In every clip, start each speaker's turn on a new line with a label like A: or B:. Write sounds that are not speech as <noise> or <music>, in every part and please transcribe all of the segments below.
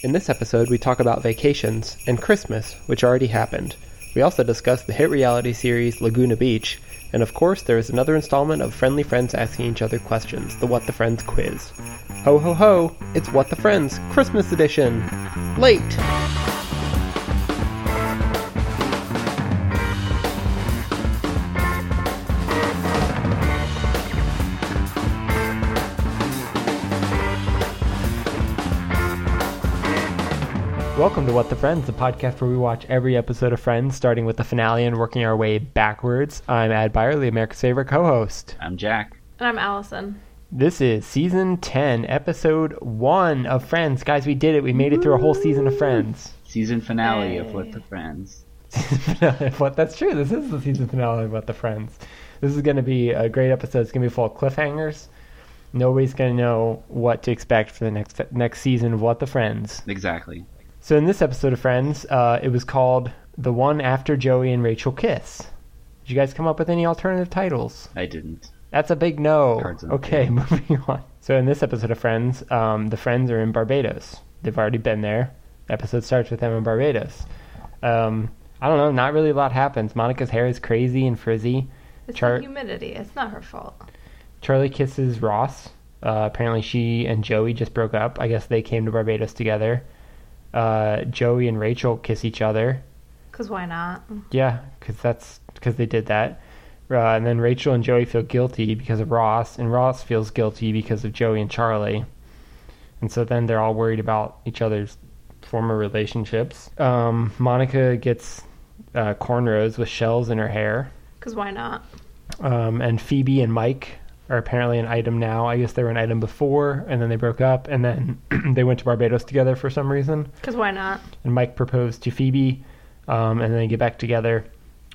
A: In this episode, we talk about vacations and Christmas, which already happened. We also discuss the hit reality series Laguna Beach, and of course, there is another installment of Friendly Friends Asking Each Other Questions, the What the Friends quiz. Ho ho ho, it's What the Friends, Christmas edition! Late! Welcome to What the Friends, the podcast where we watch every episode of Friends, starting with the finale and working our way backwards. I'm Ad Byer, the America's favorite co-host.
B: I'm Jack.
C: And I'm Allison.
A: This is season 10, episode 1 of Friends. Guys, we did it. We made it through a whole season of <laughs> Friends.
B: Season finale of
C: Hey.
B: What the Friends.
A: what that's true. This is the season finale of What the Friends. This is going to be a great episode. It's going to be full of cliffhangers. Nobody's going to know what to expect for the next next season of What the Friends.
B: Exactly.
A: So in this episode of Friends, uh, it was called The One After Joey and Rachel Kiss. Did you guys come up with any alternative titles?
B: I didn't.
A: That's a big no.
B: Cards on the
A: Okay, <laughs> moving on. So in this episode of Friends, um, the friends are in Barbados. They've already been there. The episode starts with them in Barbados. Um, I don't know. Not really a lot happens. Monica's hair is crazy and frizzy.
C: It's
A: Char-
C: the humidity. It's not her fault.
A: Charlie kisses Ross. Uh, apparently, she and Joey just broke up. I guess they came to Barbados together. Uh, Joey and Rachel kiss each other.
C: Because why not?
A: Yeah, because that's because they did that. Uh, and then Rachel and Joey feel guilty because of Ross, and Ross feels guilty because of Joey and Charlie. And so then they're all worried about each other's former relationships. Um, Monica gets uh, cornrows with shells in her hair,
C: Because why not?
A: um, and Phoebe and Mike are apparently an item now. I guess they were an item before, and then they broke up, and then <clears throat> they went to Barbados together for some reason
C: Because why not?
A: and Mike proposed to Phoebe, um, and then they get back together,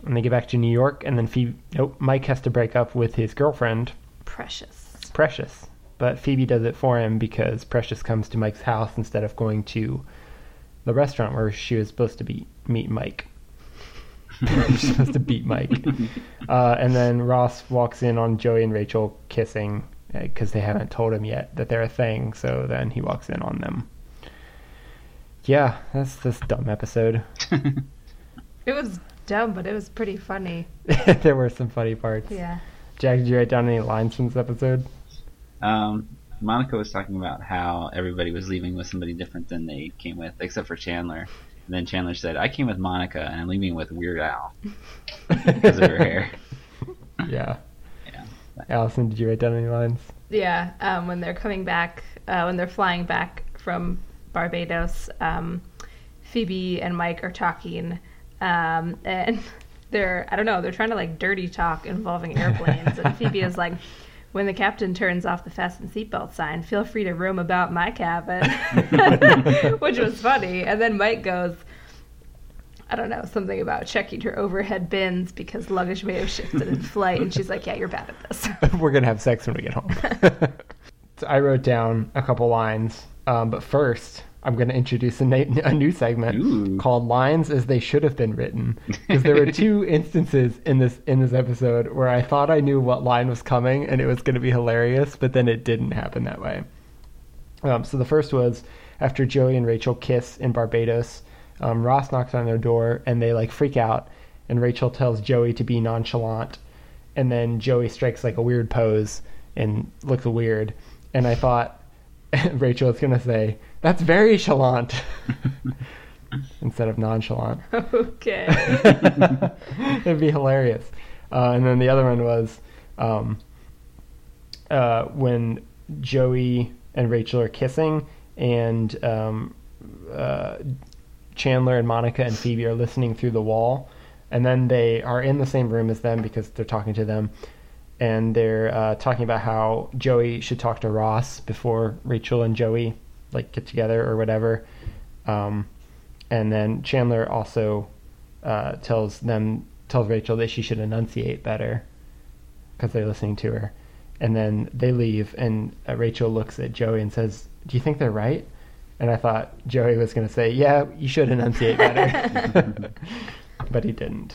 A: and they get back to New York, and then Phoebe, nope, Mike has to break up with his girlfriend
C: Precious.
A: Precious, but Phoebe does it for him because Precious comes to Mike's house instead of going to the restaurant where she was supposed to be meet Mike. <laughs> She's supposed to beat Mike,
B: <laughs>
A: uh, and then Ross walks in on Joey and Rachel kissing because they haven't told him yet that they're a thing. So then he walks in on them. Yeah, that's this dumb episode. <laughs>
C: It was dumb, but it was pretty funny.
A: there were some funny parts.
C: Yeah.
A: Jack, did you write down any lines from this episode?
B: Um, Monica was talking about how everybody was leaving with somebody different than they came with, except for Chandler. And then Chandler said, I came with Monica and I'm leaving with Weird Al because of her
C: <laughs>
B: hair.
A: Yeah.
B: Yeah.
A: Allison, did you write down any lines? <laughs>
C: Yeah. Um, when they're coming back, uh, when they're flying back from Barbados, um, Phoebe and Mike are talking. Um, and <laughs> they're, I don't know, they're trying to like dirty talk involving airplanes. and Phoebe is like, when the captain turns off the fasten seatbelt sign, feel free to roam about my cabin, <laughs> which was funny. And then Mike goes, I don't know, something about checking her overhead bins because luggage may have shifted in flight. And she's like, Yeah, you're bad at this. <laughs>
A: We're gonna have sex when we get home. <laughs> so I wrote down a couple lines, um, but first I'm gonna introduce a, na- a new segment
B: Ooh.
A: called "Lines as They Should Have Been Written" because there were
B: <laughs>
A: two instances in this in this episode where I thought I knew what line was coming and it was gonna be hilarious, but then it didn't happen that way. Um, so the first was after Joey and Rachel kiss in Barbados, um, Ross knocks on their door and they like freak out, and Rachel tells Joey to be nonchalant, and then Joey strikes like a weird pose and looks weird, and I thought <laughs> Rachel was gonna say that's very chalant <laughs> instead of nonchalant. <laughs>
C: okay.
A: It'd be hilarious. Uh, and then the other one was um, uh, when Joey and Rachel are kissing, and um, uh, Chandler and Monica and Phoebe are listening through the wall, and then they are in the same room as them because they're talking to them, and they're uh, talking about how Joey should talk to Ross before Rachel and Joey like get together or whatever. Um, and then Chandler also uh, tells them tells Rachel that she should enunciate better because they're listening to her. And then they leave, and uh, Rachel looks at Joey and says, "Do you think they're right?" And I thought Joey was going to say, "Yeah, you should enunciate better," <laughs> but he didn't.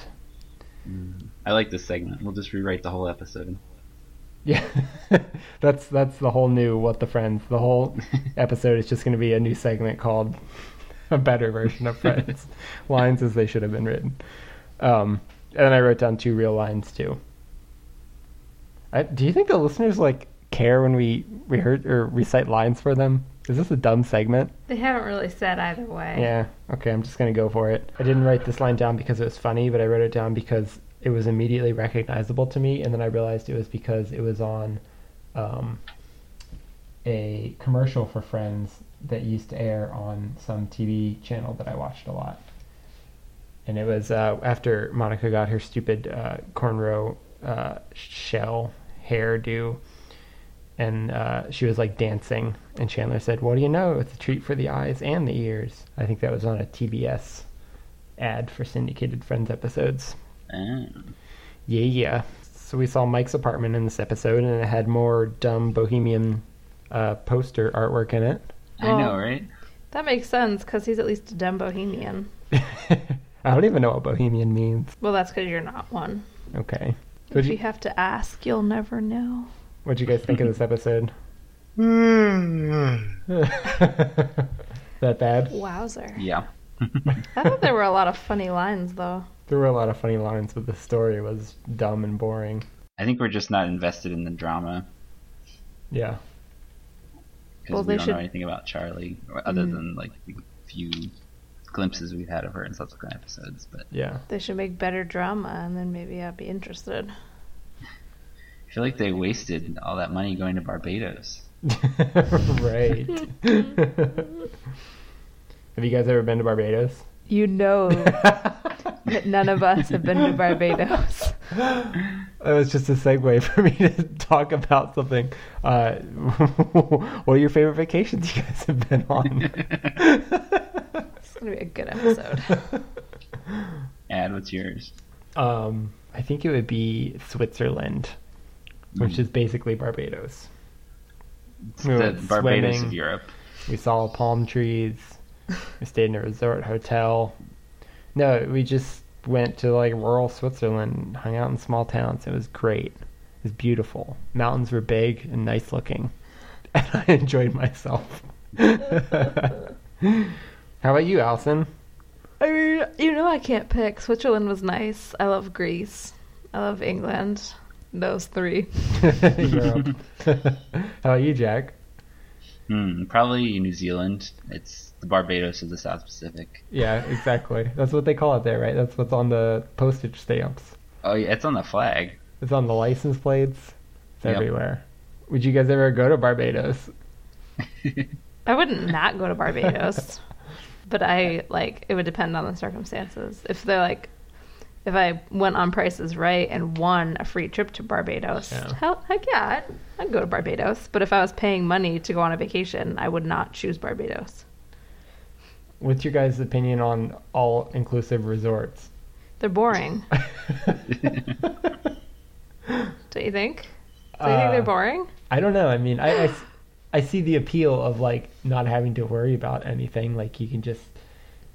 B: I like this segment. We'll just rewrite the whole episode.
A: <laughs> Yeah, that's that's the whole new what the friends. The whole episode is just going to be a new segment called a better version of friends lines as they should have been written. Um, and then I wrote down two real lines too. I, do you think the listeners like care when we rehearse or recite lines for them? Is this a dumb segment?
C: They haven't really said either way.
A: Yeah. Okay, I'm just gonna go for it. I didn't write this line down because it was funny, but I wrote it down because it was immediately recognizable to me, and then I realized it was because it was on um, a commercial for Friends that used to air on some TV channel that I watched a lot. And it was uh, after Monica got her stupid uh, cornrow uh, shell hairdo, and uh, she was like dancing, and Chandler said, "What do you know? It's a treat for the eyes and the ears." I think that was on a TBS ad for syndicated Friends episodes.
B: Oh.
A: Yeah, yeah. So we saw Mike's apartment in this episode, and it had more dumb bohemian uh, poster artwork in it. <laughs>
B: I know,
C: Well-
B: right?
C: That makes sense because he's at least a dumb bohemian.
A: I don't even know what bohemian means.
C: Well, that's because you're not one.
A: Okay.
C: If
A: What'd
C: you
A: you,
C: have to ask, you'll never know.
A: what'd you guys think of this episode? <laughs> that bad?
C: Wowzer.
B: Yeah.
C: I thought there were a lot of funny lines, though.
A: There were a lot of funny lines, but the story was dumb and boring.
B: I think we're just not invested in the drama
A: Yeah.
B: because
C: Well,
B: we
C: they
B: don't
C: should- Mm-hmm.
B: know anything about Charlie or- other than like the few glimpses we've had of her in subsequent episodes. But
A: Yeah.
C: They should make better drama, and then maybe I'd be interested.
B: I feel like they wasted all that money going to Barbados.
A: <laughs> right. <laughs> Have you guys ever been to Barbados? <laughs>
C: You know that none of us have been to
A: <laughs>
C: Barbados.
A: That was just a segue for me to talk about something. Uh, <laughs> what are your favorite vacations you guys have been on?
C: It's gonna be a good <laughs> episode.
A: <laughs>
B: Ad, what's yours?
A: um, I think it would be Switzerland, which is basically Barbados.
B: It's
A: we
B: the
A: went
B: Barbados
A: swimming.
B: of Europe.
A: We saw palm trees. We stayed in a resort hotel. No, we just went to like rural Switzerland, hung out in small towns. It was great. It was beautiful. Mountains were big and nice looking, <laughs> and I enjoyed myself. <laughs> How about you, Allison? <laughs>
C: I mean, you know I can't pick. Switzerland was nice. I love Greece. I love England. Those three.
A: Europe. <laughs> How about you, Jack?
B: Hmm, probably New Zealand. It's the Barbados of the South Pacific.
A: Yeah, exactly. That's what they call it there, right? That's what's on the postage stamps.
B: Oh, yeah, it's on
A: <laughs>
B: the flag. <laughs>
A: It's on the license plates. It's
B: Yep.
A: everywhere. Would you guys ever go to Barbados?
C: I wouldn't not go to Barbados, <laughs> but I like it would depend on the circumstances. If they're like, if I went on prices right and won a free trip to Barbados,
A: Yeah.
C: hell, heck yeah, I'd, I'd go to Barbados. But if I was paying money to go on a vacation, I would not choose Barbados.
A: What's your guys' opinion on all inclusive resorts? <laughs>
C: They're boring. Don't you think? Do you
A: Uh,
C: think they're boring?
A: I don't know. I mean, I, I s- I see the appeal of like not having to worry about anything. Like you can just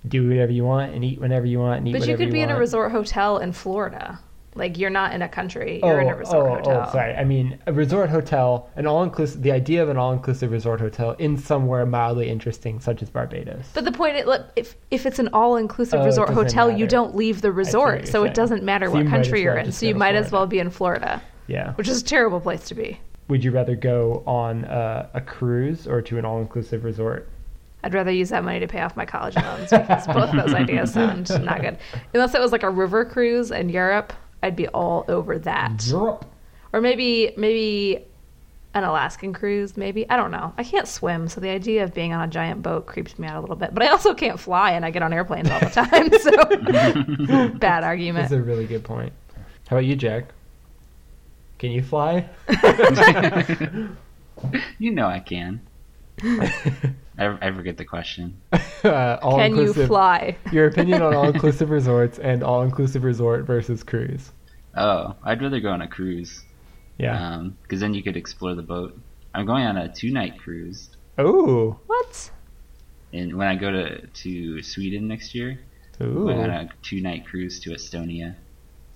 A: do whatever you want and eat whenever you want and eat
C: But you
A: whatever
C: could be in a
A: want.
C: resort hotel in Florida. Like you're not in a country. You're in a resort
A: oh,
C: hotel.
A: Oh, sorry. I mean, a resort hotel, an all-inclusive. The idea of an all-inclusive resort hotel in somewhere mildly interesting, such as Barbados.
C: But the point is, look, if if it's an all-inclusive
A: Oh, it
C: resort
A: doesn't
C: hotel,
A: matter.
C: you don't leave the
A: you're
C: resort, so
A: saying.
C: it doesn't matter
A: So you
C: what
A: might as
C: country
A: well
C: you're in.
A: just
C: So
A: go
C: you
A: to
C: might as
A: Florida.
C: well be in Florida,
A: yeah.
C: which is a terrible place to be.
A: Would you rather go on uh, a cruise or to an all-inclusive resort?
C: I'd rather use that money to pay off my college
A: <laughs>
C: loans because both those ideas sound not good. Unless it was like a river cruise in Europe, I'd be all over that.
A: Europe.
C: Or maybe maybe an Alaskan cruise, maybe. I don't know. I can't swim, so the idea of being on a giant boat creeps me out a little bit. But I also can't fly and I get on airplanes all the time, <laughs> so
A: <laughs>
C: bad argument.
A: That's a really good point. How about you, Jack? Can you
C: <laughs>
A: fly? Uh,
B: You know
A: <laughs>
B: I can. I, I forget the question.
A: uh, all
C: Can you fly?
A: Your opinion on all-inclusive resorts and all-inclusive resort versus cruise?
B: Oh, I'd rather go on a cruise.
A: Yeah.
B: because then you could explore the boat. I'm going on a two night cruise,
A: Ooh.
C: What?
B: and when I go to to Sweden next year, I'm going on
A: Ooh.
B: a two night cruise to Estonia.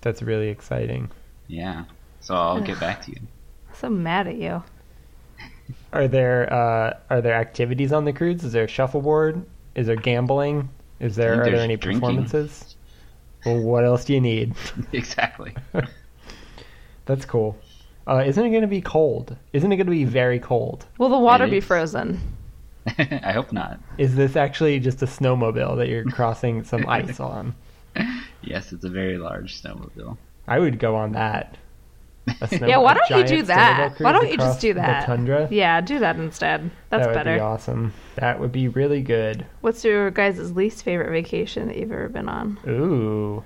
A: That's really exciting.
C: <sighs>
B: Yeah, so I'll get back to you. <laughs>
C: So mad at you.
A: Are there uh, are there activities on the cruise? Is there shuffleboard? Is there gambling? Is there
B: think
A: are there
B: there's
A: any
B: drinking.
A: performances? Well, what else do you need?
B: exactly. <laughs>
A: <laughs> That's cool. Uh, isn't it going to be cold? Isn't it going to be very cold?
C: Will the water
B: It
C: be
B: is.
C: frozen?
B: I hope not.
A: Is this actually just a snowmobile that you're crossing some ice on?
B: Yes, it's a very large snowmobile.
A: I would go on that.
B: <laughs>
A: A snow-
C: yeah, why
A: a
C: don't you
A: giant
C: do that?
A: snowmobile
C: Why
A: cruise
C: don't you just
A: across
C: do that?
A: The tundra.
C: Yeah, do that instead. That's
A: that would
C: better.
A: be awesome. That would be really good.
C: What's your guys' least favorite vacation that you've ever been on?
A: Ooh,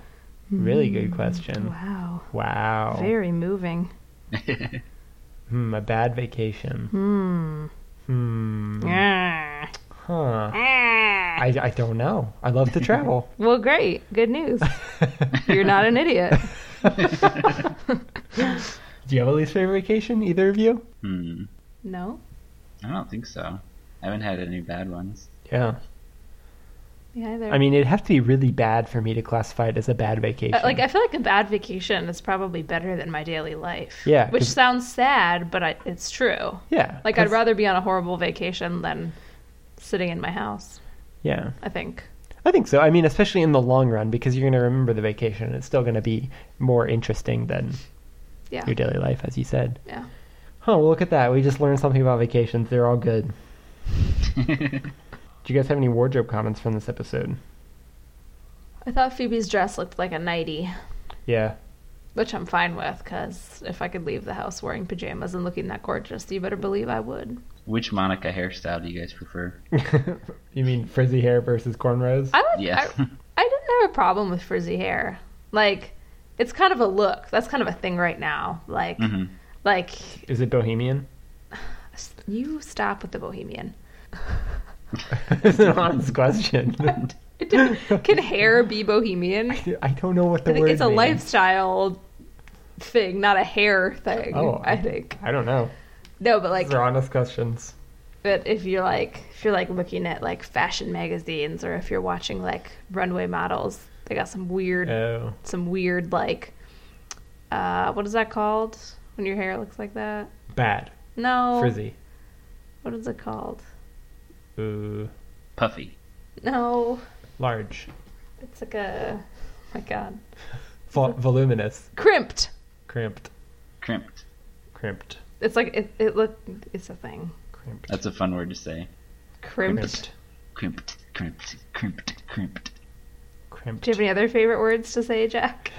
A: really good question.
C: Wow.
A: Wow,
C: Hmm. Very moving.
A: hmm, a bad vacation.
C: Hmm.
A: Hmm.
C: Ah.
A: Huh.
C: Ah.
A: I, I don't know. I love to
C: <laughs>
A: travel.
C: Well, great.
A: <laughs>
C: Good news. You're not an idiot.
A: Do you have a least favorite vacation? Either of you?
B: Hmm.
C: No?
B: I don't think so. I haven't had any bad ones.
A: Yeah.
C: Me either.
A: I mean, it'd have to be really bad for me to classify it as a bad vacation.
C: Uh, like I feel like a bad vacation is probably better than my daily life.
A: Yeah,
C: which
A: 'cause-
C: sounds sad, but I, it's true.
A: yeah.
C: Like I'd
A: that's-
C: rather be on a horrible vacation than sitting in my house.
A: Yeah.
C: I think.
A: I think so. I mean, especially in the long run, because you're going to remember the vacation. and It's still going to be more interesting than
C: Yeah.
A: your daily life, as you said.
C: Yeah.
A: Huh, well, look at that. We just learned something about vacations. They're all good. Do you guys have any wardrobe comments from this episode?
C: I thought Phoebe's dress looked like a nightie,
A: Yeah. <laughs>
C: which I'm fine with because if I could leave the house wearing pajamas and looking that gorgeous, you better believe I would.
B: Which Monica hairstyle do you guys prefer?
A: you mean frizzy hair versus cornrows?
C: I like.
B: Yeah. <laughs>
C: I, I didn't have a problem with frizzy hair. Like, it's kind of a look. That's kind of a thing right now. Like,
B: hmm
C: like
A: Is it bohemian? <laughs>
C: you stop with the bohemian. <laughs>
A: it's an honest question. <laughs>
C: It didn't- Can hair be bohemian?
A: I don't know what the
C: I think
A: word
C: it's a
A: means.
C: lifestyle thing, not a hair thing.
A: Oh,
C: I think
A: I don't know.
C: no, but like,
A: These are honest questions.
C: but if you're like, if you're like looking at like fashion magazines, or if you're watching like runway models, they got some weird,
A: Oh.
C: some weird like, uh, what is that called when your hair looks like that?
A: Bad.
C: No,
A: Frizzy.
C: What is it called?
A: Ooh.
B: Puffy.
C: No,
A: Large.
C: it's like a, oh my god,
A: Vol- voluminous.
C: crimped.
A: Crimped.
B: Crimped.
A: Crimped.
C: It's like it. It look. It's a thing.
A: Crimped.
B: That's a fun word to say.
C: Crimped.
B: Crimped, crimped, crimped, crimped.
A: Crimped.
C: Do you have any other favorite words to say, Jack?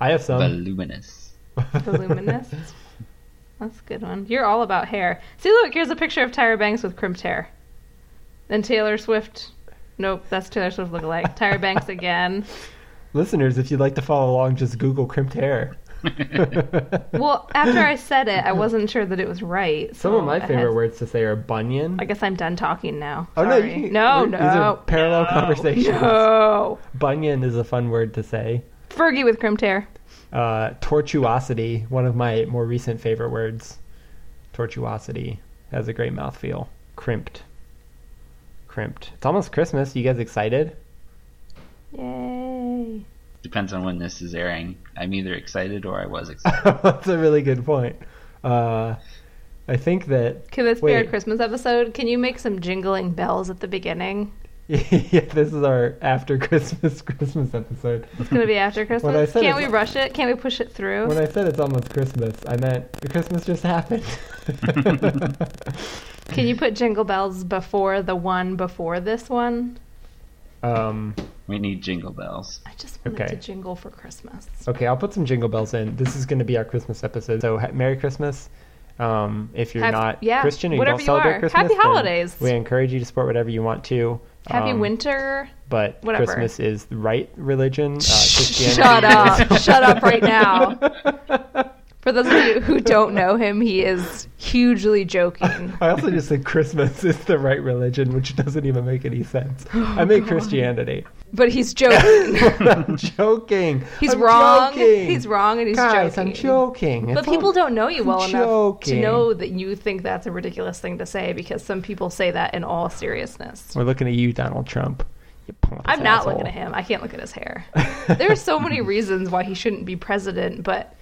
A: I have <laughs> some.
B: Voluminous. <laughs>
C: Voluminous. That's a good one. You're all about hair. See, look, here's a picture of Tyra Banks with crimped hair. And Taylor Swift. Nope, that's Taylor Swift
A: <laughs>
C: lookalike. Tyra Banks again.
A: Listeners, if you'd like to follow along, just Google crimped hair. <laughs>
C: <laughs> Well, after I said it, I wasn't sure that it was right. So
A: Some of
C: I
A: my
C: had-
A: favorite words to say are bunion.
C: I guess I'm done talking now.
A: Oh, no,
C: Sorry.
A: you-
C: no,
A: we're-
C: no,
A: these are parallel
C: no,
A: conversations.
C: No,
A: Bunion is a fun word to say.
C: Fergie with crimped hair.
A: Uh, tortuosity, one of my more recent favorite words. Tortuosity has a great mouthfeel. Crimped. Crimped. It's almost Christmas. You guys excited?
C: Yay!
B: Depends on when this is airing. I'm either excited or I was excited.
A: <laughs> That's a really good point. Uh, I think that
C: Can this be our
A: Wait.
C: Christmas episode? Can you make some jingling bells at the beginning?
A: <laughs> yeah, this is our after Christmas <laughs> Christmas episode.
C: It's gonna be
A: <laughs>
C: after
A: When I
C: Christmas.
A: said
C: Can't we
A: it's-
C: rush it? Can't we push it through?
A: When I said it's almost Christmas, I meant Christmas just happened. <laughs>
C: Can you put jingle bells before the one before this one?
A: um,
B: We need jingle bells.
C: I just want
A: Okay. Oh,
C: it to jingle for Christmas.
A: okay, I'll put some jingle bells in. This is going to be our Christmas episode. So, ha- Merry Christmas. Um, if you're
C: Have-
A: not
C: yeah,
A: Christian or you
C: whatever
A: don't
C: you
A: celebrate
C: are.
A: Christmas,
C: Happy
A: then
C: holidays.
A: We encourage you to support whatever you want to.
C: Happy
A: Um,
C: winter.
A: But
C: whatever.
A: Christmas is the right
C: <laughs>
A: religion. Uh, Christianity
C: Shut
A: is- <laughs>
C: up. Shut up right now. For those of you who don't know him, he is hugely joking.
A: I also just said Christmas is the right religion, which doesn't even make any sense.
C: Oh,
A: I mean
C: <laughs>
A: Christianity.
C: But he's
A: <laughs>
C: joking.
A: I'm joking.
C: He's
A: I'm
C: wrong.
A: joking.
C: He's wrong and he's
A: Guys,
C: joking.
A: I'm joking.
C: But
A: It's
C: people
A: all-
C: don't know you
A: I'm
C: well
A: joking.
C: enough to know that you think that's a ridiculous thing to say because some people say that in all seriousness.
A: We're looking at you, Donald Trump. You pompous
C: I'm not
A: asshole.
C: looking at him. I can't
A: <laughs>
C: look at his hair. There are so many reasons why he shouldn't be president, but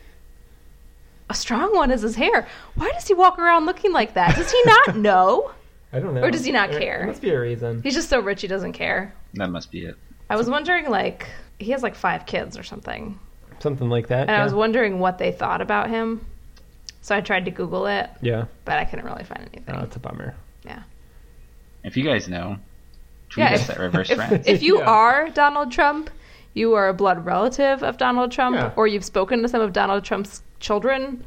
C: a strong one is his hair. Why does he walk around looking like that? Does he
A: <laughs>
C: not know?
A: I don't know.
C: Or does he not
A: There-
C: care?
A: There must be a reason.
C: He's just so rich he doesn't care.
B: That must be it.
C: I was wondering, like, he has like five kids or something.
A: Something like that.
C: And
A: yeah.
C: I was wondering what they thought about him. So I tried to Google it,
A: yeah.
C: but I couldn't really find anything.
A: Oh, it's a bummer.
B: If you guys know, tweet
C: Yeah,
B: us
C: if-
B: at Reverse
C: <laughs> if,
B: Friends.
C: if you
A: Yeah.
C: are Donald Trump, you are a blood relative of Donald Trump,
A: Yeah.
C: or you've spoken to some of Donald Trump's children.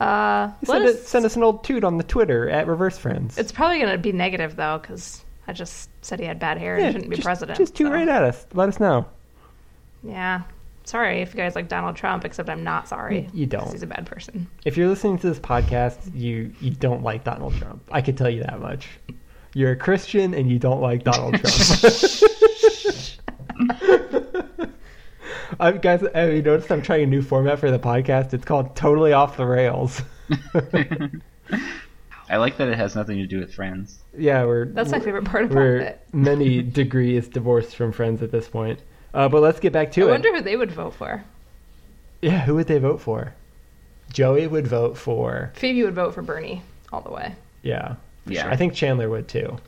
C: Uh, let
A: Send,
C: us-
A: us- send us an old toot on the Twitter at Reverse Friends.
C: It's probably going to be negative though, because I just said he had bad hair and
A: Yeah,
C: he shouldn't be
A: just-
C: president.
A: Just toot
C: so-
A: right at us. Let us know.
C: Yeah. Sorry if you guys like Donald Trump, except I'm not sorry.
A: You
C: 'cause
A: don't.
C: He's a bad person.
A: If you're listening to this podcast, you you don't like Donald Trump. I can tell you that much. You're a Christian and you don't like Donald <laughs> Trump. I've guys, have you noticed I'm trying a new format for the podcast? It's called Totally Off the Rails.
C: <laughs>
B: <laughs> I like that it has nothing to do with friends.
A: yeah, we're
C: That's my favorite part about
A: We're
C: it.
A: many degrees divorced from friends at this point. Uh, but let's get back to
C: I
A: it.
C: wonder who they would vote for.
A: yeah, who would they vote for? Joey would vote for.
C: Phoebe would vote for Bernie all the way.
A: Yeah,
B: Yeah.
A: I think Chandler would too.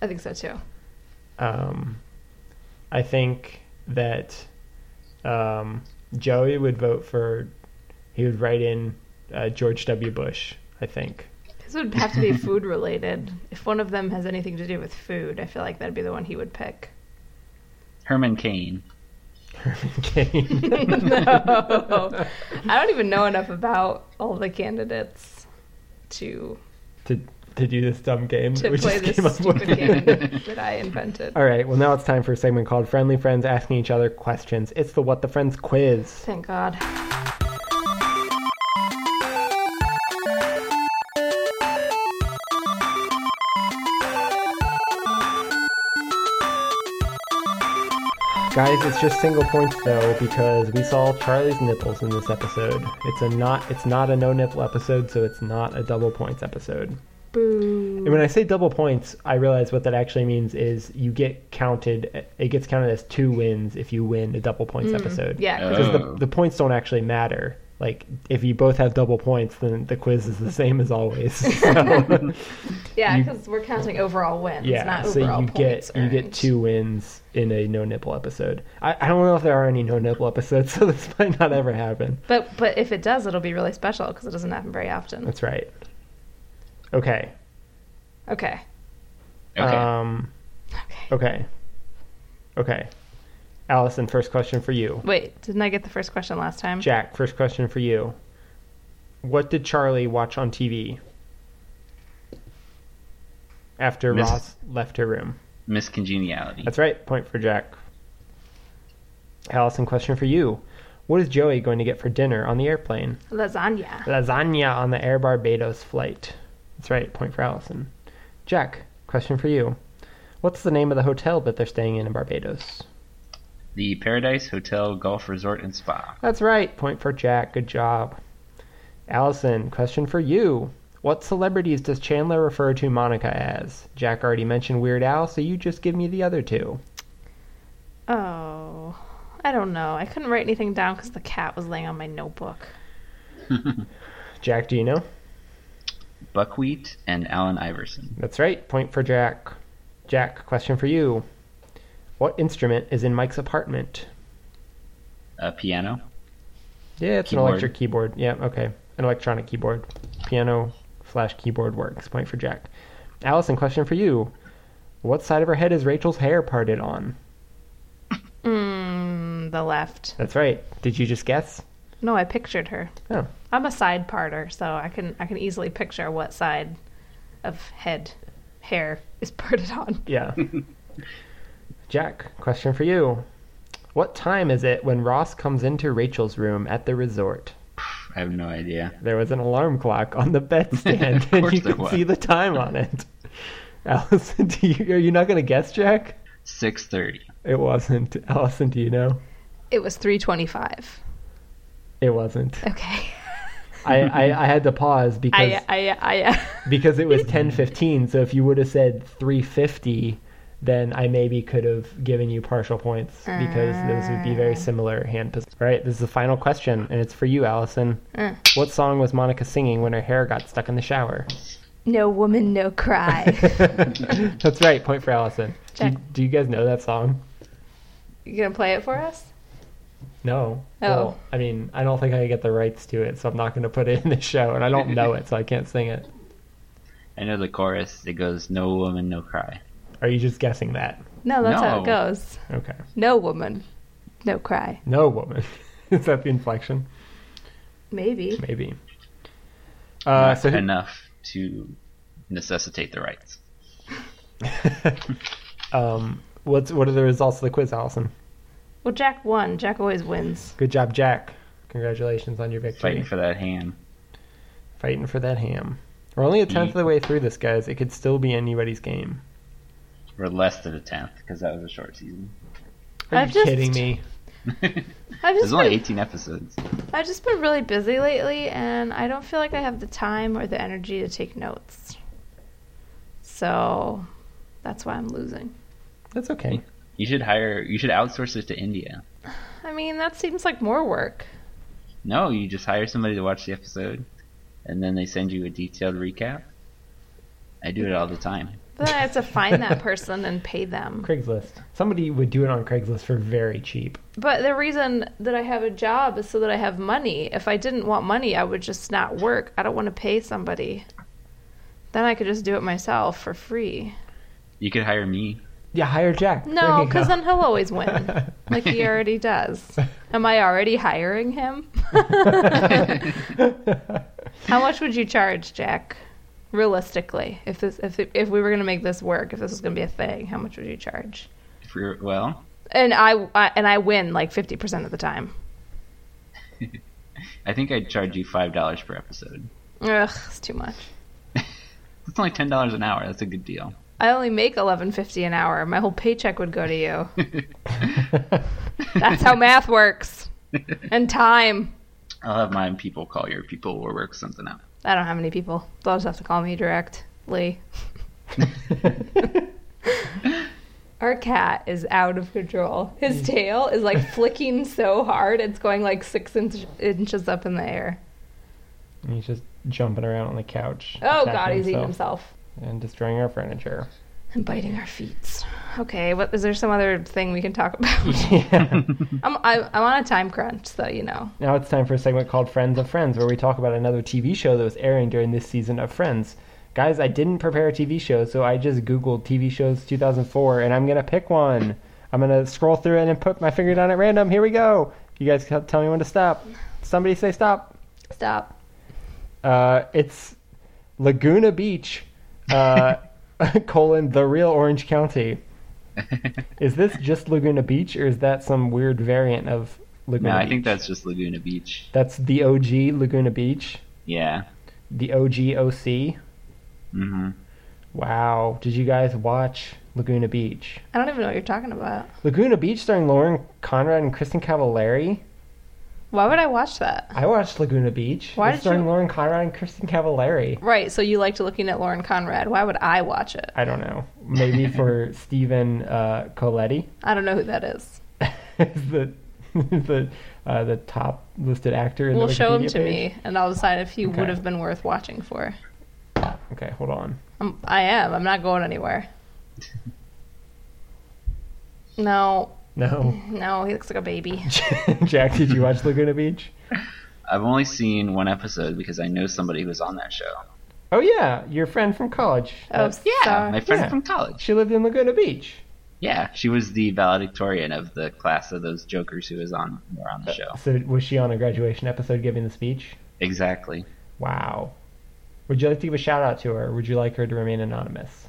C: I think so too.
A: Um, I think that um, Joey would vote for. He would write in uh, George W. Bush. I think. <laughs>
C: This would have to be food related. If one of them has anything to do with food, I feel like that'd be the one he would pick. <laughs>
B: Herman Cain.
A: Herman Cain.
C: no. I don't even know enough about all the candidates to
A: to to do this dumb game. that
C: to play this stupid game <laughs> that I invented.
A: All right. Well, now it's time for a segment called "Friendly Friends Asking Each Other Questions." It's the What the Friends quiz.
C: Thank God.
A: Guys, it's just single points though because we saw Charlie's nipples in this episode. It's a not it's not a no nipple episode, so it's not a double points episode.
C: Boo.
A: And when I say double points, I realize what that actually means is you get counted it gets counted as two wins if you win a double points episode.
C: Yeah.
B: Uh,
A: Because
B: Oh.
A: the the points don't actually matter. Like if you both have double points, then the quiz is the same as always. <laughs> So,
C: Yeah, because we're counting overall wins,
A: yeah,
C: not
A: so
C: overall
A: you
C: points.
A: get you get
C: earned.
A: two wins in a no nipple episode. I, I don't know if there are any no nipple episodes, <laughs> so this might not ever happen.
C: But but if it does, it'll be really special because it doesn't happen very often.
A: That's right. Okay.
C: Okay.
B: Okay.
A: Um,
C: Okay.
A: okay. Okay. Allison, first question for you.
C: Wait, didn't I get the first question last time?
A: Jack, first question for you. What did Charlie watch on TV after
B: Miss-
A: Ross left her room?
B: Miss Congeniality.
A: That's right. Point for Jack. Allison, question for you. What is Joey going to get for dinner on the airplane?
C: Lasagna.
A: Lasagna on the Air Barbados flight. That's right. Point for Allison. Jack, question for you. What's the name of the hotel that they're staying in in Barbados?
B: The Paradise Hotel Golf Resort and Spa.
A: That's right. Point for Jack. Good job. Allison, question for you. What celebrities does Chandler refer to Monica as? Jack already mentioned Weird Al, so you just give me the other two.
C: Oh, I don't know. I couldn't write anything down because the cat was laying on my notebook.
A: Jack, do you know?
B: Buckwheat and Allen Iverson.
A: That's right. Point for Jack. Jack, question for you. What instrument is in Mike's apartment?
B: A piano.
A: Yeah, it's an
B: Keyboard.
A: electric keyboard. Yeah, okay. An electronic keyboard. Piano slash keyboard works. Point for Jack. Allison, question for you. What side of her head is Rachel's hair parted on?
C: Mm, the left.
A: That's right. Did you just guess?
C: No, I pictured her.
A: Oh.
C: I'm a side parter, so I can I can easily picture what side of head hair is <laughs> parted on.
A: <laughs> Yeah. Jack, question for you. What time is it when Ross comes into Rachel's room at the resort?
B: I have no idea.
A: There was an alarm clock on the bedstand,
B: <laughs> Of
A: and
B: course
A: you
B: there
A: can
B: was.
A: see the time on it. <laughs> Allison, do you, are you not going to guess, Jack?
B: Six thirty.
A: It wasn't. Allison, do you know?
C: It was 3:25.
A: It wasn't.
C: <laughs> Okay.
A: I, I, I had to pause because
C: I <laughs> uh, I I.
A: because it was ten fifteen. So if you would have said three fifty, then I maybe could have given you partial points because those would be
C: Uh.
A: very similar hand positions. All right, this is the final question, and it's for you, Allison.
C: Mm.
A: What song was Monica singing when her hair got stuck in the shower?
C: No woman, no cry.
A: <laughs> That's right. Point for Allison. Do you,
C: Check.
A: do you guys know that song?
C: you gonna play it for us?
A: No.
C: Oh.
A: Well, I mean, I don't think I get the rights to it, so I'm not going to put it in the show, and I don't know it, so I can't sing it.
B: I know the chorus. It goes, "No woman, no cry."
A: Are you just guessing that?
C: No, that's how
B: No.
C: it goes.
A: Okay.
C: No woman, no cry.
A: No woman. <laughs> is that the inflection?
C: Maybe.
A: Maybe. Uh,
B: Not
A: so who-
B: enough to necessitate the rights.
A: <laughs> um, what's what are the results of the quiz, Allison?
C: Well, Jack won. Jack always wins.
A: Good job, Jack. Congratulations on your victory.
B: Fighting for that hand.
A: Fighting for that ham. We're only a tenth of the way through this, guys. It could still be anybody's game.
B: We're less than a tenth because that was a short season.
A: Are
C: I've
A: you
C: just-
A: kidding me?
B: <laughs>
C: I've just
B: There's only
C: been-
B: 18 episodes.
C: I've just been really busy lately, and I don't feel like I have the time or the energy to take notes. So that's why I'm losing.
A: That's okay.
B: You should hire. You should outsource it to India.
C: I mean, that seems like more work.
B: No, you just hire somebody to watch the episode, and then they send you a detailed recap. I do it all the time.
C: But then I have to find
A: <laughs>
C: that person and pay them.
A: Craigslist. Somebody would do it on Craigslist for very cheap.
C: But the reason that I have a job is so that I have money. If I didn't want money, I would just not work. I don't want to pay somebody. Then I could just do it myself for free.
B: You could hire me.
A: Yeah, hire Jack. There
C: No,
A: you
C: because
A: go. <laughs>
C: then he'll always win. like he already does. Am I already hiring
A: <laughs>
C: him? How much would you charge, Jack? Realistically, if this if if we were going to make this work, if this was going to be a thing, how much would you charge?
B: If you're well,
C: And I, I and I win like 50% of the time.
B: I think I'd charge you five dollars per episode.
C: Ugh, it's too much.
B: It's only ten dollars an hour. That's a good deal.
C: I only make 11.50 an hour. My whole paycheck would go to you.
B: <laughs>
C: That's how <laughs> math works. And time.
B: I'll have my people call your people. We'll work something
A: <laughs>
B: out.
C: I don't have many people. They'll just have to call me directly. Our cat is out of control. His tail is like flicking so hard, it's going like six inch- inches up in the air.
A: He's just jumping around on the couch.
C: Oh,
A: attacking
C: God, he's eating himself
A: And destroying our <laughs> furniture.
C: and biting our feet. Okay, what, is there some other thing we can
A: <laughs>
C: talk about? I'm, I, I'm on a time crunch, so you know.
A: Now it's time for a segment called Friends of Friends, where we talk about another TV show that was airing during this season of Friends. Guys, I didn't prepare a TV show, so I just Googled TV shows 2004, and I'm going to pick one. I'm going to scroll through it and put my finger down at random. Here we go. You guys can tell me when to stop. Somebody say stop.
C: Stop.
A: Uh, it's Laguna Beach, uh, <laughs> colon, the real Orange County. Is this just Laguna Beach, or is that some weird variant of Laguna
B: no, I
A: Beach?
B: think that's just Laguna Beach.
A: That's the OG Laguna Beach.
B: Yeah.
A: The OGOC.
B: hmm
A: Wow. Did you guys watch Laguna Beach?
C: I don't even know what you're talking about.
A: Laguna Beach starring Lauren Conrad and Kristen Cavallari.
C: Why would I watch that?
A: I watched Laguna Beach.
C: Why
A: it's
C: did
A: starring
C: you-
A: Lauren Conrad and Kristen Cavallari.
C: Right, so you liked looking at Lauren Conrad. Why would I watch it?
A: I don't know. Maybe
C: <laughs>
A: for Stephen uh, Coletti, <laughs>
C: I don't know who that is.
A: is the <laughs> the uh, the top listed actor. In
C: Well,
A: the
C: show him
A: Wikipedia
C: to
A: page.
C: me, and I'll decide if he
A: Okay.
C: would have been worth watching for.
A: Okay, hold on.
C: I'm, I am. I'm not
A: <laughs>
C: going anywhere. No,
A: No, <laughs>
C: no, he looks like a baby.
A: Jack, did you watch Laguna Beach?
B: I've only seen one episode because I know somebody who was on that show.
A: Oh yeah, your friend from college.
C: Oh,
A: Uh,
C: sorry.
B: my friend
A: Yeah.
B: from college.
A: she lived in Laguna Beach.
B: Yeah, she was the valedictorian of the class of those jokers who was on who were on the show.
A: So was she on a graduation episode giving the speech?
B: Exactly.
A: Wow. Would you like to give a shout out to her? or Would you like her to remain anonymous?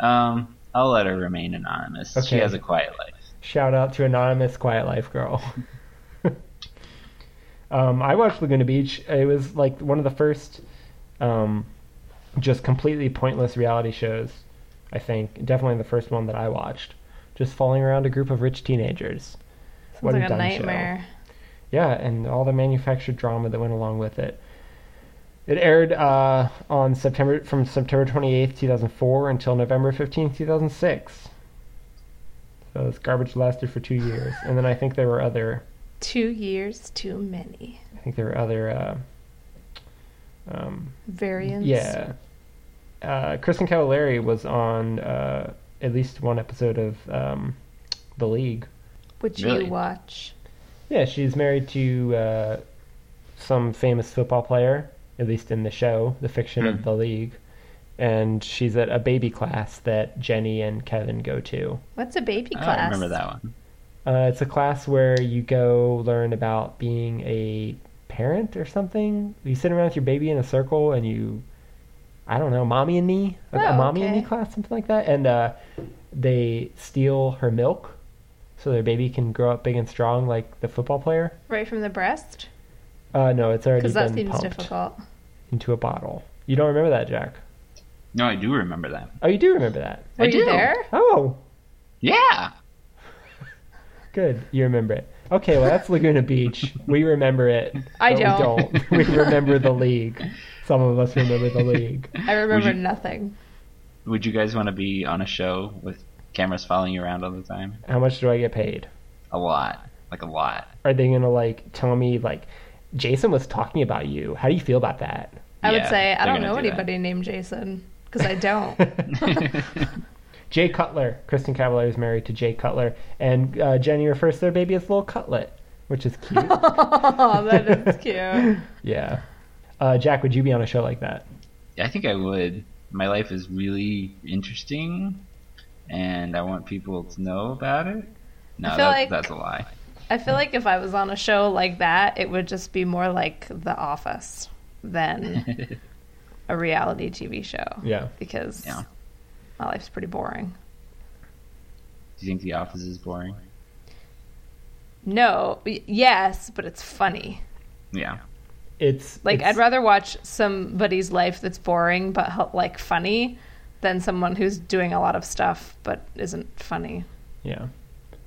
B: Um, I'll let her remain anonymous. She
A: Okay.
B: has a quiet life.
A: Shout out to anonymous quiet life girl. <laughs> um, I watched Laguna Beach. It was like one of the first, um, just completely pointless reality shows. I think definitely the first one that I watched. Just following around a group of rich teenagers.
C: Sounds like a
A: dumb show.
C: nightmare.
A: Yeah, and all the manufactured drama that went along with it. It aired uh, on September from September 28th, 2004 until November 15th, 2006. oh, this garbage lasted for two years, and then I think there were other
C: Two years too many.
A: I think there were other uh, um,
C: Variants.
A: yeah. Uh, Kristen Cavallari was on uh, at least one episode of um, The League.
C: Which
B: Really?
C: you watch.
A: Yeah, she's married to uh, some famous football player, at least in the show, the fiction of
B: Hmm.
A: the league. And she's at a baby class that Jenny and Kevin go to.
C: What's a baby
B: I
C: class?
B: remember that one.
A: Uh, it's a class where you go learn about being a parent or something. You sit around with your baby in a circle and you, I don't know, mommy and me, a, a
C: Oh,
A: mommy and me
C: okay.
A: class, something like that. And uh, they steal her milk so their baby can grow up big and strong like the football player.
C: Right from the breast?
A: Uh, no, it's already
C: Because that
A: been
C: seems
A: pumped
C: difficult.
A: into a bottle. You don't remember that, Jack?
B: No, I do remember that.
A: Oh, you do remember that.
C: Were
B: I
C: you
B: do.
C: there?
A: Oh,
B: Yeah.
A: good. You remember it. Okay, well that's
C: <laughs>
A: Laguna Beach. We remember it.
C: I
A: but
C: don't.
A: We don't.
C: <laughs>
A: We remember the league. Some of us remember the league.
C: I remember
B: you-
C: nothing.
B: Would you guys want to be on a show with cameras following you around all the time?
A: How much do I get paid?
B: A lot. Like a lot.
A: Are they gonna like tell me like, Jason was talking about you. How do you feel about that?
C: I would
B: Yeah,
C: say I
B: they're
C: don't
B: gonna
C: know
B: do that.
C: anybody named Jason because
A: <laughs>
C: I
B: <laughs>
C: don't. <laughs>
A: Jay Cutler. Kristen Cavallari is married to Jay Cutler, and uh, Jenny refers to their baby as Little Cutlet, which is
C: <laughs>
A: cute.
C: oh, that
A: <laughs>
C: is cute.
A: yeah. Uh, Jack, would you be on a show like that?
B: I think I would. My life is really interesting, and I want people to know about it. No,
C: I feel
B: that,
C: like-
B: that's a lie.
C: I feel like if I was on a show like that, it would just be more like The Office than
B: <laughs>
C: a reality TV show
A: Yeah.
C: because
B: Yeah.
C: my life's pretty boring.
B: Do you think The Office is boring?
C: No, y- yes, but it's funny.
B: Yeah.
A: It's
C: Like
A: it's-
C: I'd rather watch somebody's life that's boring but h- like funny than someone who's doing a lot of stuff but isn't funny.
A: Yeah.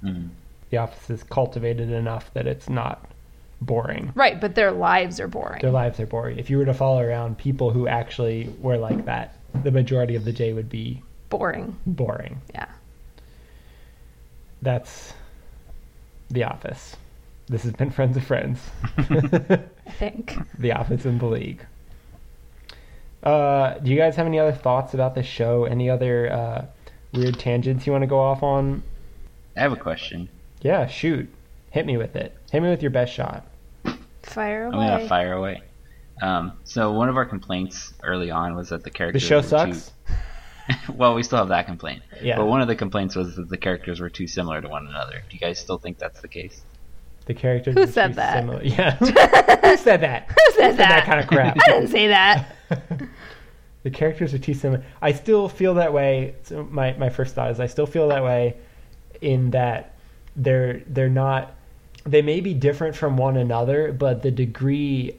B: Mm.
A: The office is cultivated enough that it's not boring.
C: Right, but their lives are boring.
A: Their lives are boring. If you were to follow around people who actually were like that, the majority of the day would be
C: boring.
A: boring.
C: Yeah.
A: That's The Office. This has been Friends of Friends, <laughs>
C: I think.
A: The Office and the League. Uh, do you guys have any other thoughts about the show? Any other uh, weird tangents you want to go off on?
B: I have a question.
A: Yeah, shoot. Hit me with it. Hit me with your best shot.
C: Fire
B: I'm
C: away.
B: gonna
C: <laughs>
B: fire away. Um, so one of our complaints early on was that the
A: The
B: characters
A: show
B: were
A: sucks.
B: Too, <laughs> well, we still have that complaint.
A: Yeah.
B: But one of the complaints was that the characters were too similar to one another. Do you guys still think that's the case?
A: The characters
C: Who
A: are
C: said
A: too
C: that?
A: Similar.
C: <laughs>
A: Yeah. Who said that? Who
C: said that?
A: kind of crap?
C: I didn't
A: <laughs>
C: say that.
A: the characters are too similar. I still feel that way. So my my first thought is I still feel that way in that they're they're not they may be different from one another, but the degree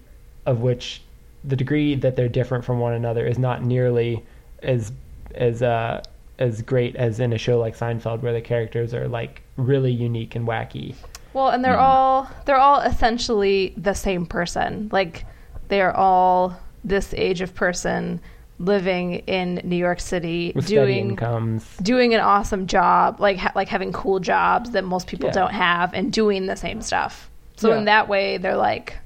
A: of which the degree that they're different from one another is not nearly as as uh as great as in a show like Seinfeld where the characters are like really unique and wacky.
C: Well, and they're all they're all essentially the same person. Like they're all this age of person living in New York City,
A: With steady
C: doing
A: incomes.
C: doing an awesome job, like ha- like having cool jobs that most people
A: Yeah.
C: don't have, and doing the same stuff. So
A: Yeah.
C: in that way, they're like,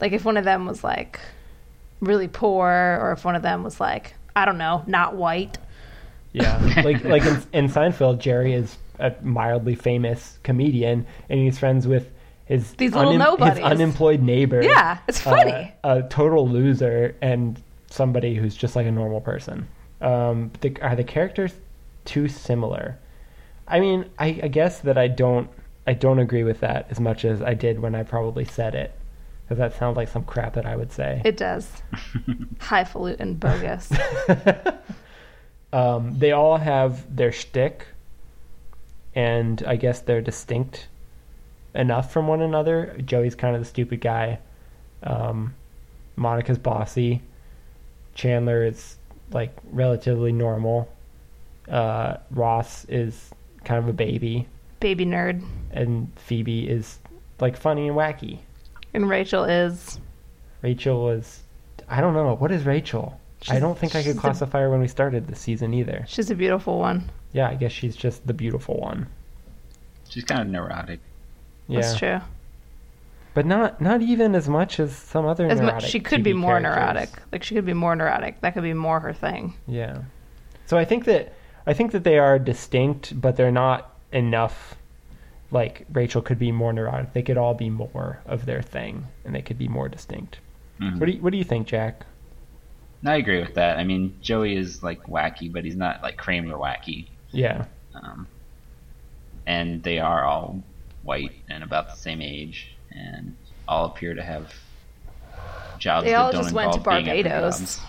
C: like if one of them was like really poor, or if one of them was like I don't know, not white.
A: Yeah, <laughs> like like in, in Seinfeld, Jerry is a mildly famous comedian, and he's friends with his
C: These little nobodies.
A: his unemployed neighbor.
C: Yeah, it's
A: uh,
C: funny.
A: a total loser and somebody who's just like a normal person. Um, the, are the characters too similar? I mean, I, I guess that I don't I don't agree with that as much as I did when I probably said it, because that sounds like some crap that I would say.
C: It does.
A: <laughs>
C: Highfalutin bogus.
A: um, they all have their shtick, and I guess they're distinct enough from one another. Joey's kind of the stupid guy. Um, Monica's bossy. Chandler is like relatively normal. Uh, Ross is kind of a baby,
C: Baby nerd.
A: and Phoebe is like funny and wacky.
C: And Rachel is
A: Rachel is, I don't know, what is Rachel? I
C: She's-
A: don't think I
C: she's
A: could
C: the-
A: classify her when we started this season either.
C: she's a beautiful one.
A: Yeah, I guess she's just the beautiful one.
B: She's kind of neurotic.
A: Yeah,
C: That's true.
A: but not not even as much as some other.
C: As
A: neurotic
C: much, she could
A: TV
C: be more
A: characters.
C: neurotic. Like she could be more neurotic. That could be more her thing.
A: Yeah. So I think that I think that they are distinct, but they're not enough. Like Rachel could be more neurotic. They could all be more of their thing, and they could be more distinct.
B: Mhm.
A: What do you, What do you think, Jack?
B: I agree with that. I mean, Joey is like wacky, but he's not like Kramer wacky.
A: Yeah.
B: Um, and they are all white and about the same age, and all appear to have jobs
C: They
B: that
C: all
B: don't
C: just went
B: involve
C: to
B: being at their
C: Barbados.
B: jobs.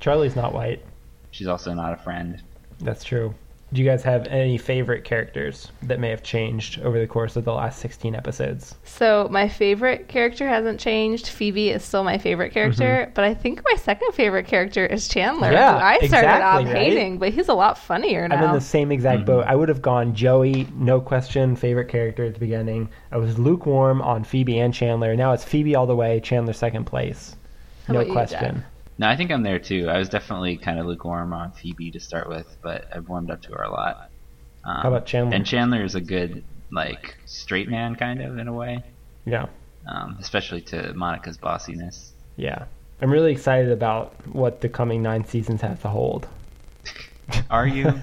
A: Charlie's not white.
B: She's also not a friend.
A: That's true. Do you guys have any favorite characters that may have changed over the course of the last 16 episodes?
C: So my favorite character hasn't changed. Phoebe is still my favorite character, but I think my second favorite character is Chandler,
A: Mm-hmm. Yeah,
C: who I started
A: exactly,
C: off
A: right?
C: hating, but he's a lot funnier now.
A: I'm in the same exact
B: Mm-hmm.
A: boat. I would have gone Joey, no question, favorite character at the beginning. I was lukewarm on Phoebe and Chandler. Now it's Phoebe all the way, Chandler second place.
C: How
A: no
C: about you,
A: question.
B: No, I think I'm there too. I was definitely kind of lukewarm on Phoebe to start with, but I've warmed up to her a lot. Um,
A: How about Chandler?
B: And Chandler is a good, like, straight man, kind of, in a way,
A: yeah.
B: um, especially to Monica's bossiness.
A: Yeah. I'm really excited about what the coming 9 seasons have to hold.
B: Are you?
A: <laughs>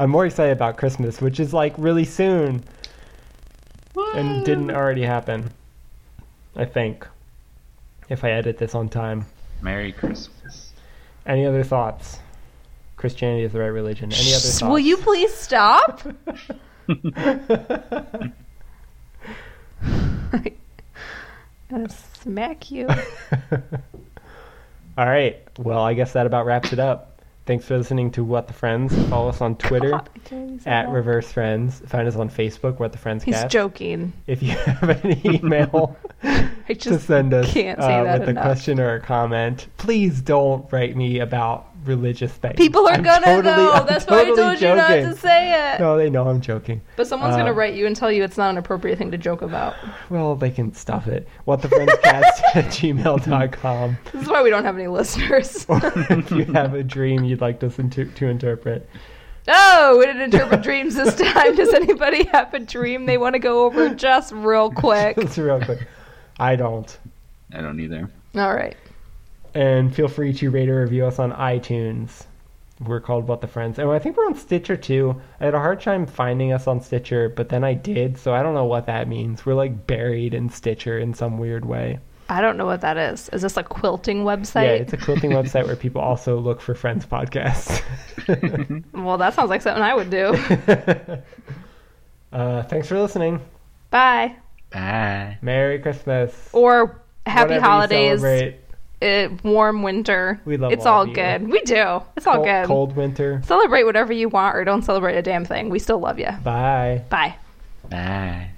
A: I'm more excited about Christmas, which is like really soon and didn't already happen. I think. If I edit this on time.
B: Merry Christmas.
A: Any other thoughts? Christianity is the right religion. Any other thoughts?
C: Will you please
A: <laughs>
C: stop? I'll smack you.
A: All right. Well, I guess that about wraps it up. Thanks for listening to What the Friends. Follow us on
C: <laughs>
A: Twitter
C: God, I can't even say
A: at
C: that.
A: Reverse Friends. Find us on Facebook, What the Friends
C: He's
A: Cast.
C: joking.
A: If you have
C: <laughs>
A: any email
C: I
A: to
C: just
A: send us
C: can't say
A: uh,
C: that
A: with a
C: enough.
A: question or a comment, please don't write me about religious things.
C: People are
A: I'm
C: gonna
A: totally-
C: know.
A: I'm
C: That's
A: totally
C: why I told you not
A: joking.
C: to say it.
A: No, they know I'm joking.
C: But someone's
A: Uh,
C: gonna write you and tell you it's not an appropriate thing to joke about.
A: Well, they can stuff it. WhatTheFriendsCast <laughs> at
C: <laughs>
A: gmail.com.
C: This is why we don't have any listeners.
A: Or if you have a dream you'd like us to, to interpret.
C: no, Oh, we didn't
A: <laughs>
C: interpret dreams this time. Does anybody have a dream they want to go over just real
A: <laughs>
C: quick?
A: That's real quick. I don't.
B: I don't either. <laughs>
C: All right.
A: And feel free to rate or review us on iTunes. We're called What the Friends. And I think we're on Stitcher too. I had a hard time finding us on Stitcher, but then I did, so I don't know what that means. We're like buried in Stitcher in some weird way.
C: I don't know what that is. Is this a quilting
A: Yeah,
C: website?
A: it's a
C: <laughs>
A: quilting website where people also look for Friends podcasts.
C: well, that sounds like something I would do. <laughs> Mm-hmm.
A: <laughs> uh, thanks for listening.
C: Bye.
B: Bye.
A: Merry Christmas.
C: Or happy
A: Whatever you
C: holidays.
A: celebrate.
C: Uh, warm winter.
A: We love
C: It's
A: all
C: all,
A: of you.
C: good. We do. It's all
A: Cold-
C: good.
A: Cold winter.
C: Celebrate whatever you want or don't celebrate a damn thing. We still love you.
A: Bye.
C: Bye.
B: Bye.